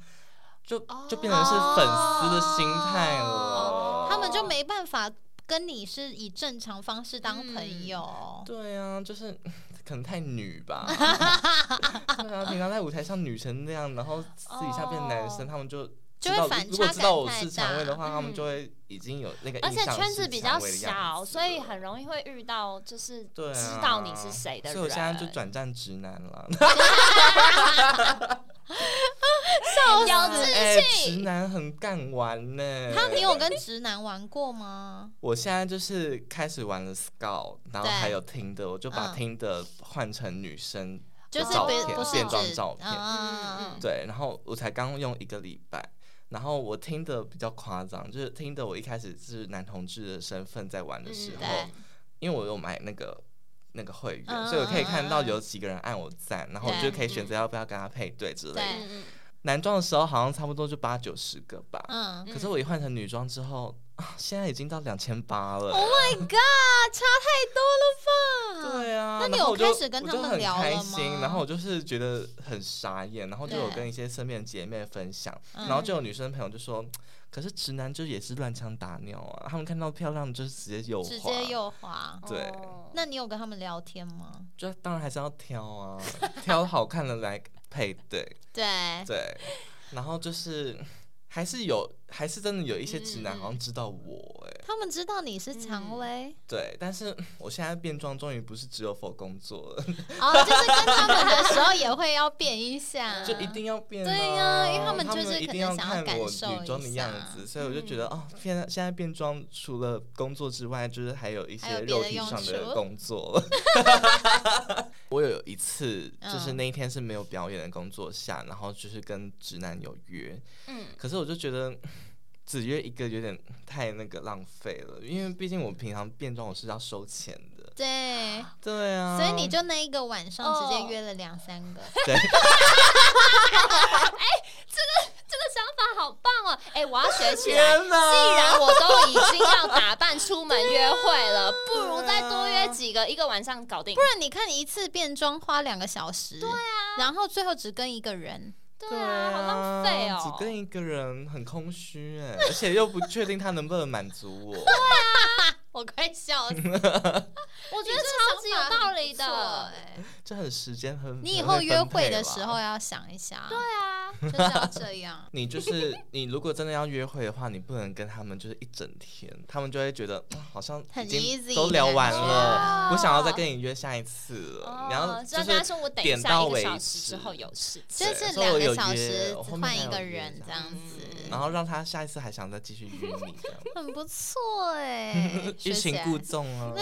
就就变成是粉丝的心态了。哦他们就没办法跟你是以正常方式当朋友。对啊，就是 可能太女 吧。对啊，平常在舞台上女成那样，然后私底下变男哦生，他们就就知会道反如果差知道感我太是蔷薇的话，大嗯他们就会已经有那个而印且象圈是子比较蔷薇的小，样子所以了很容易会遇到就是对啊知道你是谁的人。所以我现在就转战直男了。有自 哎，直男很敢玩呢、他，你有跟直男玩过吗？我现在就是开始玩了 Scout，然后对还有听的，我就把嗯听的换成女生就是照不片不是变装指照片嗯嗯嗯对，然后我才刚用一个礼拜，然后我听的比较夸张，就是听的我一开始是男同志的身份在玩的时嗯候，对因为我有买那个那个会员，嗯所以我可以看到嗯嗯有几个人按我赞，然后我对嗯就可以选择要不要跟他配对之类的。对嗯男装的时候好像差不多就八九十个吧，嗯嗯，哦可是我一换成女装之后，啊现在已经到两千八了。啊，差太多了吧？对嗯啊，那你然后有我就开始跟他我就们很聊开了吗心，然后我就是觉得很傻眼，然后就有对跟一些身边的姐妹分享，嗯然后就有女生朋友就说，可是直男就也是乱枪打鸟啊，他们看到漂亮就是直接诱惑，直接，右滑。对哦那你有跟他们聊天吗？就当然还是要挑啊， 挑好看的来配对，对，对，然后就是还是有，还是真的有一些直嗯男嗯好像知道我哎、他们知道你是蔷薇对，但是我现在变装终于不是只有否工作了，哦，就是跟他们的时候也会要变一 下，就一定要嗯变、啊。对呀因为他们就是一可定能要想要看感我受一女装的样下嗯子，所以我就觉得、哦，现在现在变装除了工作之外，就是还有一还有些别肉的体用上处的工作。 我有一次，就是嗯那一天是没有表演的工作下，然后就是跟直男有约，嗯可是我就觉得。只约一个有点太那个浪费了，因为毕竟我平常变装我是要收钱的，对，对啊，所以你就那一个晚上直接约了两三个， 对，这个想法好棒哦！哎，我要学起 来。天哪，既然我都已经要打扮出门约会了，不如再多啊约几个，一个晚上搞定不。然你看一次变装花两个小时，对啊，然后最后只跟一个人，对啊，好浪费哦。只跟一个人很空虚哎，而且又不确定他能不能满 足我。我快笑死， 我觉得超级有道理不错的。哎这很时间很。你以很后会约分会配的啦。时候，要想一下，对啊，就是要这样 你就是你，如果真的要约会的话，你不能跟他们就是一整天，他们就会觉得、嗯好像已很经 easy 都聊完的感了，觉不想要再跟你约下一次了。 你要哦，就就让大家是说我等一点下到一个为小时之止后有事情。就是所以两我个有小约时我后面换还一有个约人这这样样嗯子，然后让他下一次还想再继续约你，这样很不错哎 。学起欲擒来故纵啊。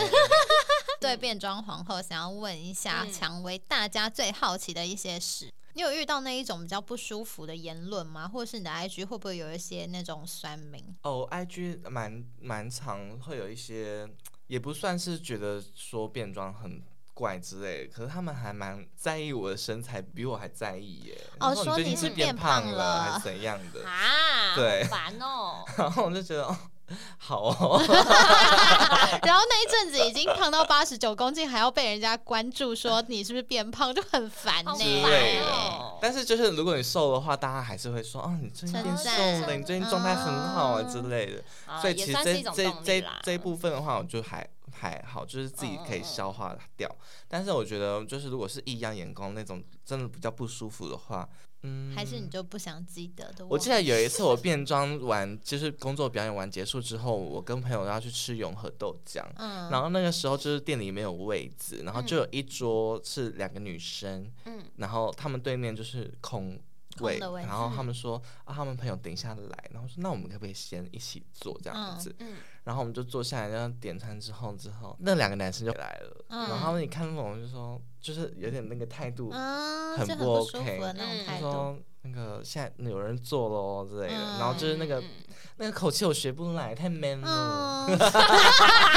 对变装皇后，想要问一下嗯蔷薇，大家最好奇的一些事。你有遇到那一种比较不舒服的言论吗？或者是你的 IG 会不会有一些那种酸 民？哦，IG 蛮蛮常会有一些，也不算是觉得说变装很怪之类的，可是他们还蛮在意我的身材，比我还在意耶。哦然后说最你近是是变胖胖了还了是怎样 的？啊，对好 烦哦。然后我就觉得哦，好哦，然后那一阵子已经胖到八十九公斤，还要被人家关注说你是不是变胖，就很烦呢、好之烦类哦的。但是就是如果你瘦的话，大家还是会说哦，你最近变称瘦赞了，你最近状态很好啊嗯之类的。啊所以也其实算是这一种这动力这啦。这一部分的话，我就还还好，就是自己可以消化掉。但是我觉得，就是如果是异样眼光那种，真的比较不舒服的话，嗯，还是你就不想记得的？我记得有一次我变装完，就是工作表演完结束之后，我跟朋友要去吃永和豆浆。嗯，然后那个时候就是店里没有位置，然后就有一桌是两个女生，嗯，然后他们对面就是空空位，的位置然后他们说啊，他们朋友等一下来，然后说那我们可不可以先一起坐这样嗯子？嗯然后我们就坐下来，然后点餐之后之后，那两个男生就来了，嗯然后他们一看到我们就说，就是有点那个态度，啊，很就不不舒 OK 服的那种嗯就态度，说那个现在有人做咯之类的，嗯然后就是那个、嗯嗯那个口气我学不来，太 man 了。嗯，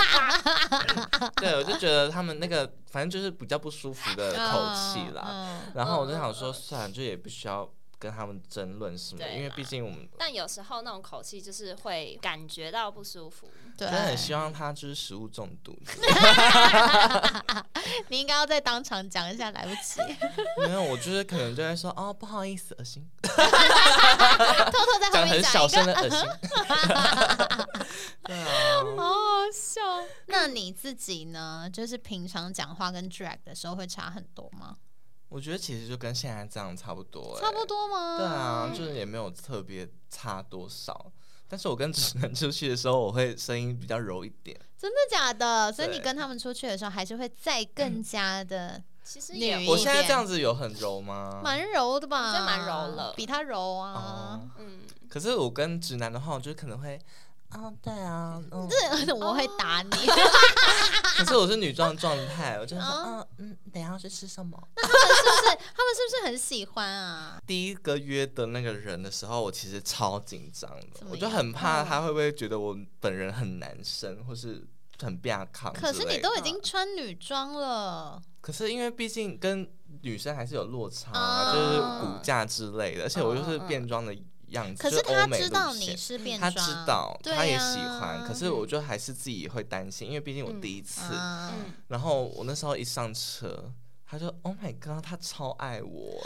对，我就觉得他们那个反正就是比较不舒服的口气啦。嗯然后我就想说，算了，就也不需要跟他们争论什么对，啦因为毕竟我们但有时候那种口气就是会感觉到不舒服。对啊真，的很希望他就是食物中毒，你应该要在当场讲一下，来不 及， 没有，我就是可能就会说哦，不好意思，恶心，偷偷在讲后很面小一个声，的恶心。对啊，好好笑。那你自己呢？就是平常讲话跟 drag 的时候会差很多吗？我觉得其实就跟现在这样差不多、欸，差不。多吗？对啊，就是也没有特别差多少。但是我跟直男出去的时候，我会声音比较柔一点，真的假的？所以你对跟他们出去的时候，还是会再更加的其实女也一我现在这点样子有很柔吗？蛮柔的吧？我觉得蛮柔了比他柔 啊。哦，嗯，可是我跟直男的话，我就可能会，啊，对啊， 嗯，这我会打你，可是我是女装状态，我就会说，哦嗯嗯，等一下要去吃什么？他们是不是很喜欢啊？第一个约的那个人的时候，我其实超紧张的怎，么样嗯我就很怕他会不会觉得我本人很男生，或是很变康之类可的。嗯是你都已经穿女装了，可是因为毕竟跟女生还是有落差、啊啊，就是骨架之类的，而且我又是变装的样嗯子，可是就他欧美知道路你线是变他装，知道，对啊他也喜欢，可是我就还是自己会担心，因为毕竟我第一次。啊嗯然后我那时候一上车，他就 Oh my God，他超爱我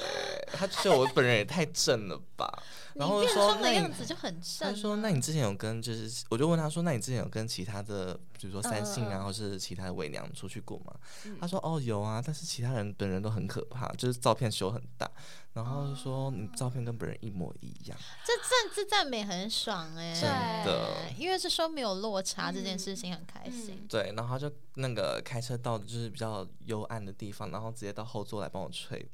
哎、他觉得我本人也太正了吧。然后我你就变说装那的你样子就很正、他啊。就说：“那你之前有跟就是，我就问他说，那你之前有跟其他的，比如说三星嗯嗯啊，或是其他的伪娘出去过吗？”他说：“哦，有啊，但是其他人本人都很可怕，就是照片修很大，然后就说你照片跟本人一模一样。这赞这赞美很爽哎、真的因为是说没有落差这件事情很开心。对，然后他就那个开车到就是比较幽暗的地方，然后直接到后座来帮我吹。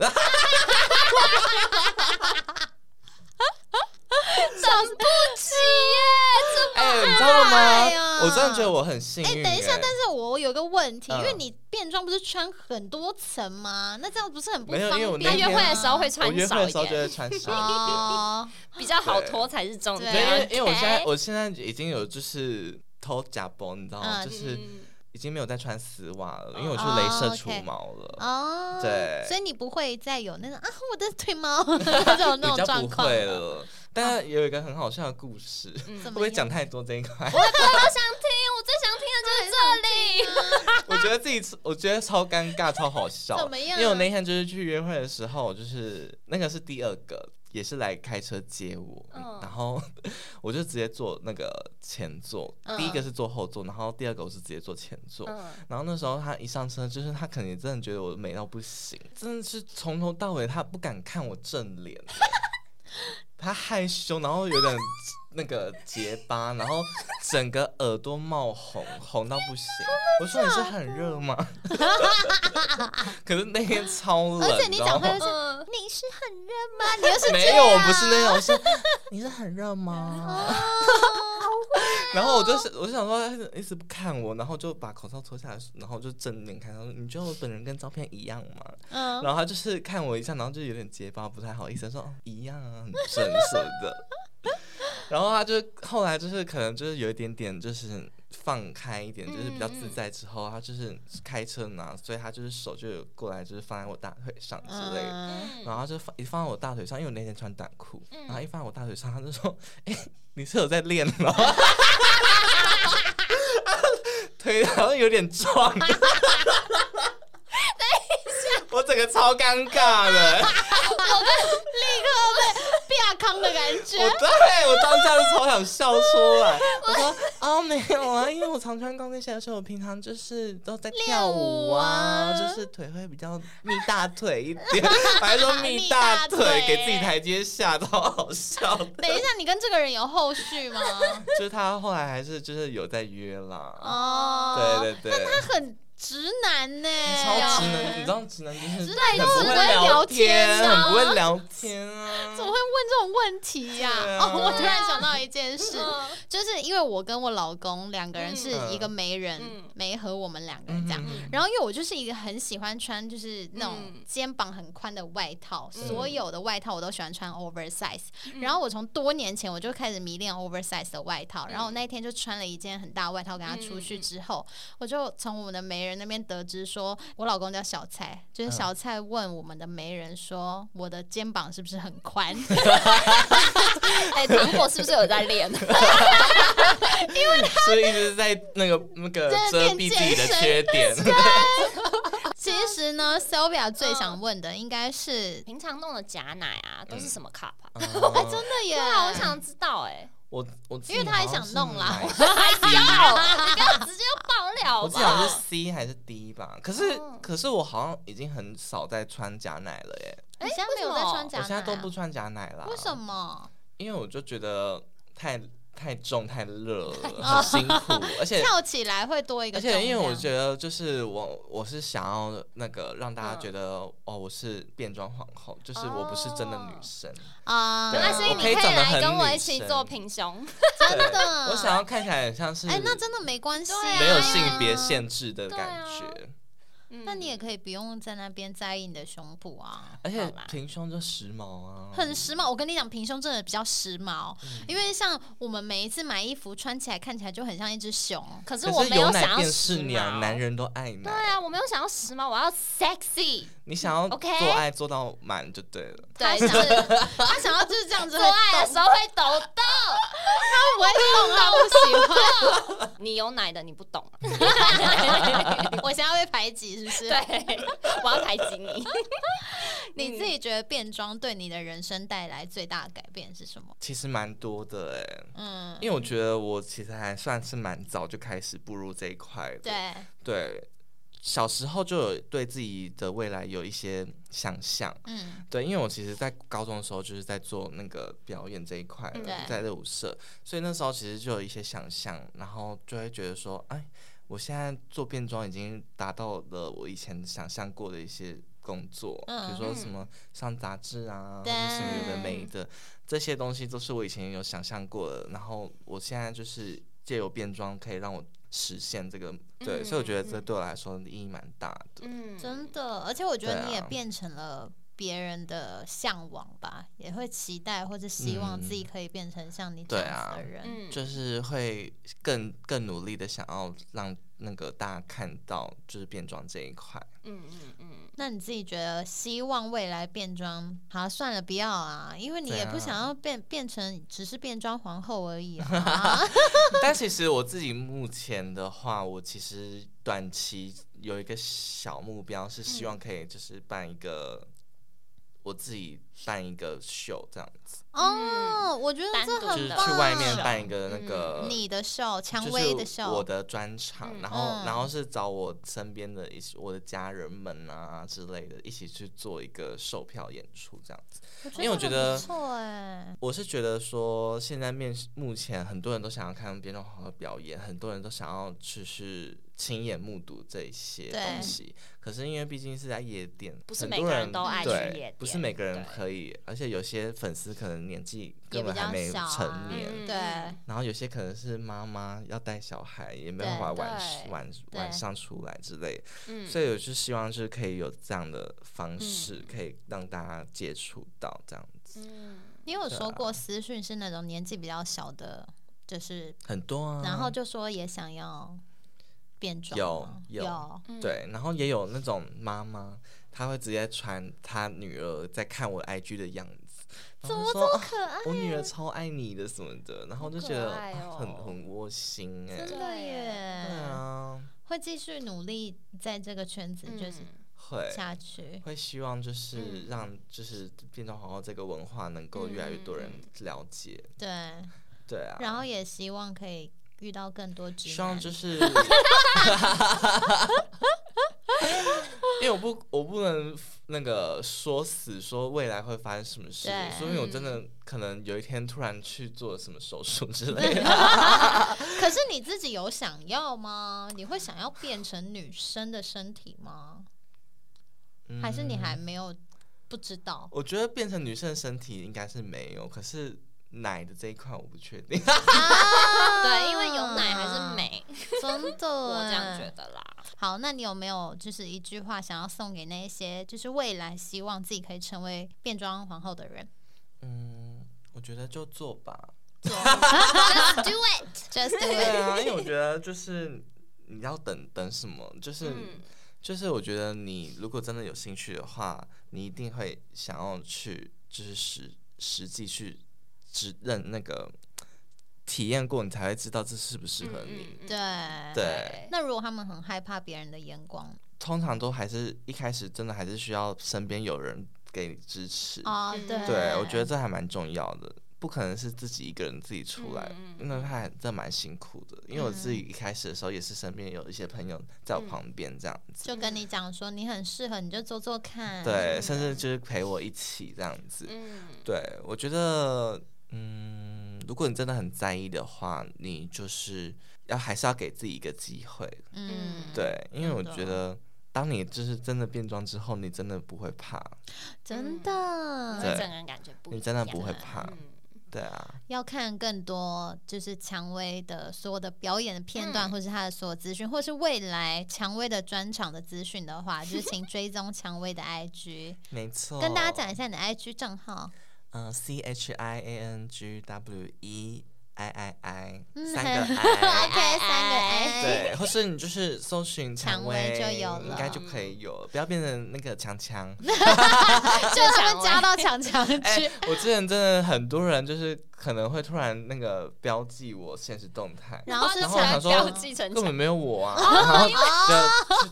笑死不起耶！哎、你知道爱吗？啊我真的觉得我很嗯幸运、哎、哎、等一下，但是我有个问题，嗯因为你变装不是穿很多层吗？那这样不是很不没有方因为我便那吗？他天约会的时候会穿我约会少的一时候就点，会穿少。哦，比较好脱才是重对没有因为因点。啊为我现在 OK 我现在已经有就是偷假包，你知道吗？嗯就是嗯已经没有再穿丝袜了，因为我去镭哦射，OK 除毛了。哦， 对所以你不会再有那种啊，我的腿 毛那种那比种较状不况哦会。了，但是有一个很好笑的故事，会怎么不会样啊讲太多这 一块？我想听，我最想听的就是这里。我觉得自己，我觉得超尴尬，超好笑。怎么样啊因为我那天就是去约会的时候，就是那个是第二个，也是来开车接我，嗯 然后我就直接坐那个前座，嗯第一个是坐后座，然后第二个我是直接坐前座。嗯然后那时候他一上车，就是他可能也 真的觉得我美到不行，真的是从头到尾他不敢看我正脸，他害羞，然后有点那个结巴，然后整个耳朵冒红，红到 不行。啊我说你是很热吗？ 可是那天超冷，而且你讲话然又后是嗯，你是很热吗？你 又是没有，我不是那种，我是 你是很热哦吗？ 然后我就是，我就想说，他一直不看我，然后就把口罩脱下来，然后就正面看他说：“你觉得我本人跟照片一样吗？”嗯，然后他就是看我一下，然后就有点结巴，不太好意思，说哦一样啊，很正什么的。 然后他就后来就是可能就是有一点点就是放开一点，就是比较嗯自在之后，他就是开车嘛，所以他就是手就有过来，就是放在我大腿上之类的。嗯， 然后他就放一放在我大腿上，因为我那天穿短裤，嗯然后一放在我大腿上，他就说：“ 哎、你是有在练吗？” 腿好像有点壮。 等一下，我整个超尴尬的， 比亚康的感觉我，对我当下就超想笑出来。我 说：“哦，没有啊，因为我常穿高跟鞋，而且我平常就是都在跳舞啊，练舞啊就是腿会比较蜜大腿一点，还说蜜 蜜大大腿，腿给自己台阶下，超好笑的。” 等一下，你跟这个人有后续吗？就是他后来还是就是有在约啦，哦，对对对，他很直男呢、超直有男，你知道直男就是男就是很不不会聊聊天啊很不会聊天啊， 怎么会问这种问题呀、对啊哦，我突然想到一件事，嗯就是因为我跟我老公两个人是一个媒人，嗯媒和我们两个人嗯这样。嗯然后因为我就是一个很喜欢穿就是那嗯种肩膀很宽的外套，嗯所有的外套我都喜欢穿 oversize、嗯然后我从多年前我就开始迷恋 oversize 的外套，嗯然后我那一天就穿了一件很大的外套跟他出去之后，我就从我们的媒人那边得知说，我老公叫小蔡，嗯就是小蔡问我们的媒人说，我的肩膀是不是很宽？哎，糖果是不是有在练？ 所以一直在那个那个在遮变蔽自己的健身缺 点，其实呢，Sylvia 最想问的应该是，平常弄的假奶啊，都嗯是什么 cup 啊？哎，哦真的耶，对啊，我想知道哎，我我自己因为他还想弄啦 好像是买还有，你刚直接就爆料我好记不得好像好是？C 还是 D 吧，可是嗯哦可是我好像已经很少在穿假奶了耶，你现在没有在穿假我奶、啊，现在都不穿啊假奶啦，为什么？因为我就觉得太太重太 热了，很辛苦，而且哦跳起来会多一个而重量，且因为我觉得就是我我是想要那个让大嗯家觉得、哦我是变装皇后，就是我不是真的哦女生，啊，对那那所所以以你我你可以长得来很跟我女一起生做平胸，真对的，我想要看起来很像是哎、那真的啊没关系、对啊嗯没有性别限制的感觉，嗯那你也可以不用在那边在意你的胸部啊，而且好吧平胸就时髦啊，很时髦。我跟你讲，平胸真的比较时髦，嗯因为像我们每一次买衣服穿起来，看起来就很像一只熊。可是可我是没有有想奶要便时是娘，男髦。人都爱对奶，啊，我没有想要时髦，我要 sexy，你想要 OK 做爱做到满就对了。他对，想想要 他想要就是这样子做会爱的动时候会抖动。他不会动啊，我喜欢。你有奶的你不懂啊， 我现在被排挤是不是？对，我要排挤你。你自己觉得变装对你的人生带来最大的改变是什么？其实蛮多的哎、嗯，因为我觉得我其实还算是蛮早就开始步入这一块的，对，对，小时候就有对自己的未来有一些想象。嗯对，因为我其实，在高中的时候就是在做那个表演这一块嗯了对，在热舞社，所以那时候其实就有一些想象，然后就会觉得说，哎，我现在做变装已经达到了我以前想象过的一些工作，比嗯如说什么上杂志啊，或对者什么有的没的，这些东西都是我以前有想象过的，然后我现在就是借由变装可以让我实现这个，对，所以我觉得这嗯对我来说意义蛮大的。嗯，真的，而且我觉得对你也啊变成了别人的向往吧，也会期待或者希望自己嗯可以变成像你这样子的人。啊嗯，就是会更更努力的想要让那个大家看到，就是变装这一块。 嗯嗯嗯，那你自己觉得希望未来变装？好、算了，不要啊，因为你对也啊不想要变变成只是变装皇后而已啊。 但其实我自己目前的话，我其实嗯短期有一个小目标，是希望可以就是办一个我自己办一个秀这样子，哦，我觉得嗯单这就独是很的棒。去外面办一个那个、嗯你的秀，蔷就薇是的秀，我的专场，嗯然后嗯然后是找我身边的一些我的家人们啊之类的，一起去做一个售票演出这样子。因为我觉得这个不错哎，我是觉得说，现在面目前很多人都想要看别人好的表演，很多人都想要就是亲眼目睹这一些对东西。可是因为毕竟是在夜店，不是很每多个人人都爱去对夜店不是每个人对可以，而且有些粉丝可能年纪根本比较还没小啊成年，嗯对，然后有些可能是妈妈要带小孩，也没办法对晚对晚对晚上出来之类，嗯所以我就希望就是可以有这样的方式，可以让大家接触到这样子，嗯你有对说啊过私讯是那种年纪比较小的，就是很多啊。然后就说也想要变装有吗，有有，嗯对，然后也有那种妈妈，她会直接传她女儿在看我 IG 的样子，然后就说啊可爱，我女儿超爱你的什么的，然后我就觉得好可爱哦啊很很窝心哎、真对的对耶，啊，会继续努力在这个圈子就是嗯会下去，会希望就是嗯让就是变装皇后这个文化能够越来越多人嗯嗯了解，对，对啊。然后也希望可以遇到更多直希望男，就是，因为我不我不能那个说死说未来会发生什么事，对所以我真的可能有一天突然去做什么手术之类的， 可是你自己有想要吗？你会想要变成女生的身体吗？还是你还嗯没有不知 道？我觉得变成女生的身体应该是没有，可是奶的这一块我不确定。 对，因为有奶还是，美，啊真的，我这样觉。得啦。好，那你有没有就是一句话想要送给那一些就是未来希望自己可以成为变装皇后的人嗯，我觉得就做吧。 Just do it， ？Just do 对 it。啊，因为我觉得就是你要等等什么，就是。嗯就是我觉得你如果真的有兴趣的话，你一定会想要去，就是实实际去指认那个体验过，你才会知道这适不适合你。嗯嗯对。嗯对那如果他们很害怕别人的眼光通常都还是一开始真的还是需要身边有人给你支持。啊，嗯对，对，我觉得这还蛮重要的，不可能是自己一个人自己出来，嗯嗯因为还真的蛮辛苦的。因为我自己一开始的时候也是身边有一些朋友在嗯我旁边这样子，就跟你讲说你很适合，你就做做看。对，甚至就是陪我一起这样子。嗯对，我觉得，嗯，如果你真的很在意的话，你就是要还是要给自己一个机会。嗯，对，因为我真的觉得，当你就是真的变装之后，你真的不会怕，真嗯，的。会整个人感觉不一样，你真的不会怕。嗯对啊，要看更多，就是蔷薇的所有的表演的片段，嗯或是她的所有资讯，或是未来蔷薇的专场的资讯的话，就是请追踪蔷薇的 IG，没错。跟大家讲一，下你的 IG 账号，嗯、c H I A N G W E I I I 嗯三 个 OK， I。三个哎 I，对，或是你就是搜寻蔷薇薇就有应该就了可以有了，不要变成那个强强。 就他们加到强强去，我之前真的很多人就是可能会突然那个标记我现实动态，然后是然后我想强说标记成根本没有我啊，哦然后就就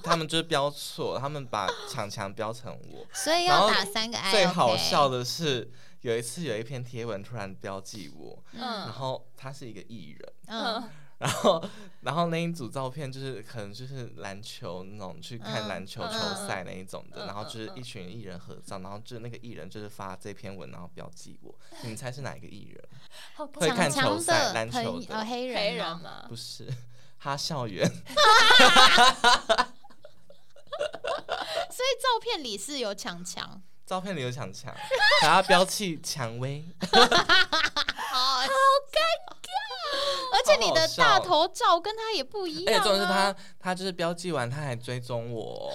他们就是标错，他们把强强标成我。所以然要后打三个哎 I，最好 OK 笑的是有一次有一篇贴文突然标记我，然嗯后他是一个艺人，嗯，然后然后那一组照片就是可能就是篮球那种去看嗯篮球嗯球嗯赛那一种的，嗯然后就是嗯嗯一群艺人合照，然后就是那个艺人就是发这篇文，然后标记我，你们猜是哪一个艺人？好会看强球强赛的篮球朋的呃黑人黑哦人啊吗？不是， 哈校园，所 以照片里是有强强，照片里有抢 抢，还要标记蔷薇，好尴尬，而且你的大头照跟他也不一而且样、啊，重点是他，他就是标记完他还追踪我，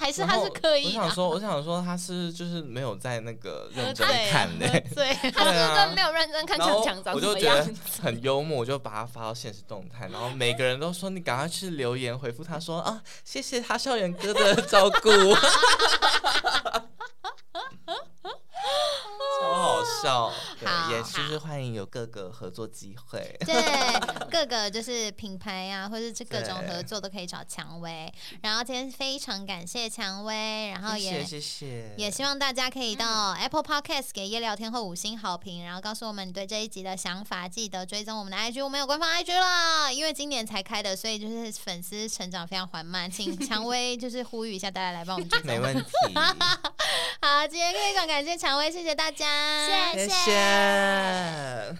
还 是然他后是刻我意啊想的，说，我想说他是就是没有在那个认真对啊看呢、 对，他是不是对啊都没有认真看 然后强强长我什就么觉样得？很幽默，我就把它发到现实动态，然后每个人都说你赶快去留言回复他说啊，谢谢哈校园哥的照顾， 超好笑。好对，也就是欢迎有各个合作机会。对，各个就是品牌呀、或者是各种对合作都可以找蔷薇。然后今天非常感谢蔷薇，然后谢也谢谢谢，也希望大家可以到 Apple Podcast 给夜聊天后五星好评，然后告诉我们你对这一集的想法。记得追踪我们的 IG，我们有官方 IG 啦，因为今年才开的，所以就是粉丝成长非常缓慢，请 蔷薇就是呼吁一下大家来帮我 们追踪。没问题，好，今天非常感谢蔷薇，谢谢大家，谢谢谢。